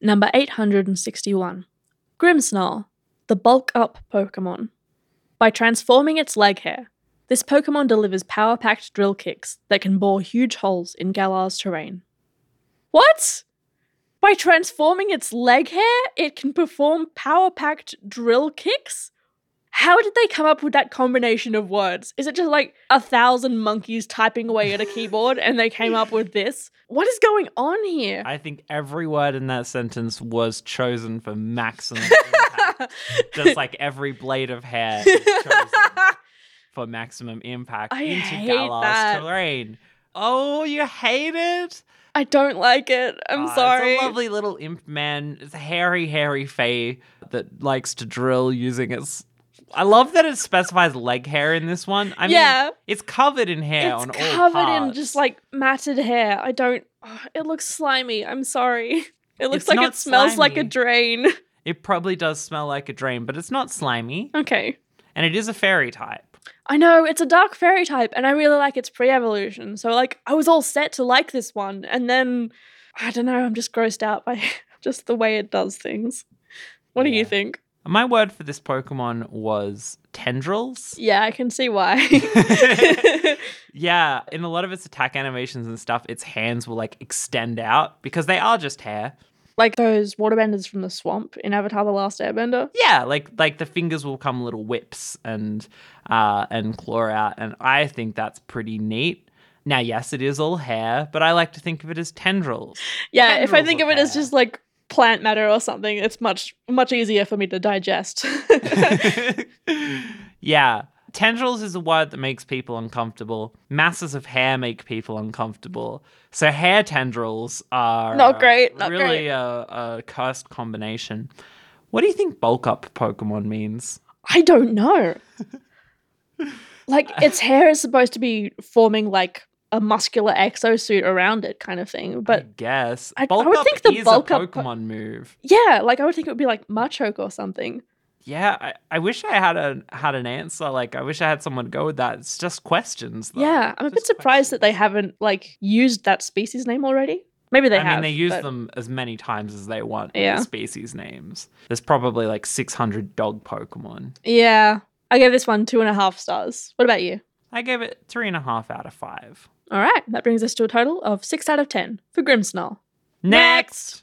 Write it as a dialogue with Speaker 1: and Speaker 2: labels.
Speaker 1: Number 861. Grimmsnarl, the bulk up Pokemon. By transforming its leg hair, this Pokemon delivers power packed drill kicks that can bore huge holes in Galar's terrain. What? By transforming its leg hair, it can perform power packed drill kicks? How did they come up with that combination of words? Is it just like a thousand monkeys typing away at a keyboard and they came up with this? What is going on here?
Speaker 2: I think every word in that sentence was chosen for maximum impact. Just like every blade of hair is chosen for maximum impact
Speaker 1: I
Speaker 2: into
Speaker 1: hate
Speaker 2: Galar's
Speaker 1: that.
Speaker 2: terrain. Oh, you hate it?
Speaker 1: I don't like it. I'm
Speaker 2: Ah,
Speaker 1: sorry.
Speaker 2: It's a lovely little imp man. It's a hairy, hairy fae that likes to drill using its. I love that it specifies leg hair in this one. I mean,
Speaker 1: Yeah.
Speaker 2: it's covered in hair
Speaker 1: it's
Speaker 2: on all
Speaker 1: covered in
Speaker 2: parts.
Speaker 1: just like matted hair. I don't. ugh, it looks slimy. I'm sorry. It looks
Speaker 2: It's
Speaker 1: like
Speaker 2: not
Speaker 1: it smells like a
Speaker 2: slimy.
Speaker 1: drain.
Speaker 2: It probably does smell like a drain, but it's not slimy,
Speaker 1: okay.
Speaker 2: and it is a fairy type.
Speaker 1: I know it's a dark fairy type, and I really like its pre-evolution. So like, I was all set to like this one, and then I don't know. I'm just grossed out by just the way it does things. What do you
Speaker 2: Yeah.
Speaker 1: think?
Speaker 2: My word for this Pokemon was tendrils.
Speaker 1: Yeah, I can see why.
Speaker 2: Yeah, in a lot of its attack animations and stuff, its hands will like extend out because they are just hair.
Speaker 1: like those waterbenders from the swamp in Avatar: The Last Airbender.
Speaker 2: Yeah, like like the fingers will come little whips and uh and claw out, and I think that's pretty neat. Now, yes, it is all hair, but I like to think of it as tendrils.
Speaker 1: Yeah, if I
Speaker 2: tendrils
Speaker 1: think
Speaker 2: of
Speaker 1: of it as
Speaker 2: hair.
Speaker 1: just like plant matter or something, it's much much easier for me to digest.
Speaker 2: yeah. Tendrils is a word that makes people uncomfortable. Masses of hair make people uncomfortable. So hair tendrils are
Speaker 1: Not great, not
Speaker 2: really
Speaker 1: great.
Speaker 2: A, a cursed combination. What do you think bulk up Pokemon means?
Speaker 1: I don't know. Like its hair is supposed to be forming like a muscular exosuit around it kind of thing,
Speaker 2: I
Speaker 1: but
Speaker 2: guess
Speaker 1: I- I
Speaker 2: bulk
Speaker 1: would
Speaker 2: up
Speaker 1: think the
Speaker 2: is
Speaker 1: bulk
Speaker 2: a
Speaker 1: up
Speaker 2: Pokemon
Speaker 1: po-
Speaker 2: move.
Speaker 1: yeah, like I would think it would be like Machoke or something.
Speaker 2: Yeah, I, I wish I had a had an answer. Like I wish I had someone to go with that. It's just questions. Though.
Speaker 1: yeah, I'm a bit
Speaker 2: Just
Speaker 1: surprised that they
Speaker 2: questions.
Speaker 1: haven't like used that species name already. Maybe they
Speaker 2: I
Speaker 1: have.
Speaker 2: mean, they use
Speaker 1: but-
Speaker 2: them as many times as they want.
Speaker 1: Yeah.
Speaker 2: Yeah. Species names. There's probably like 600 dog Pokemon.
Speaker 1: Yeah, I gave this one two and a half stars. What about you?
Speaker 2: I gave it three and a half out of five.
Speaker 1: All right, that brings us to a total of six out of ten for Grimmsnarl. Next.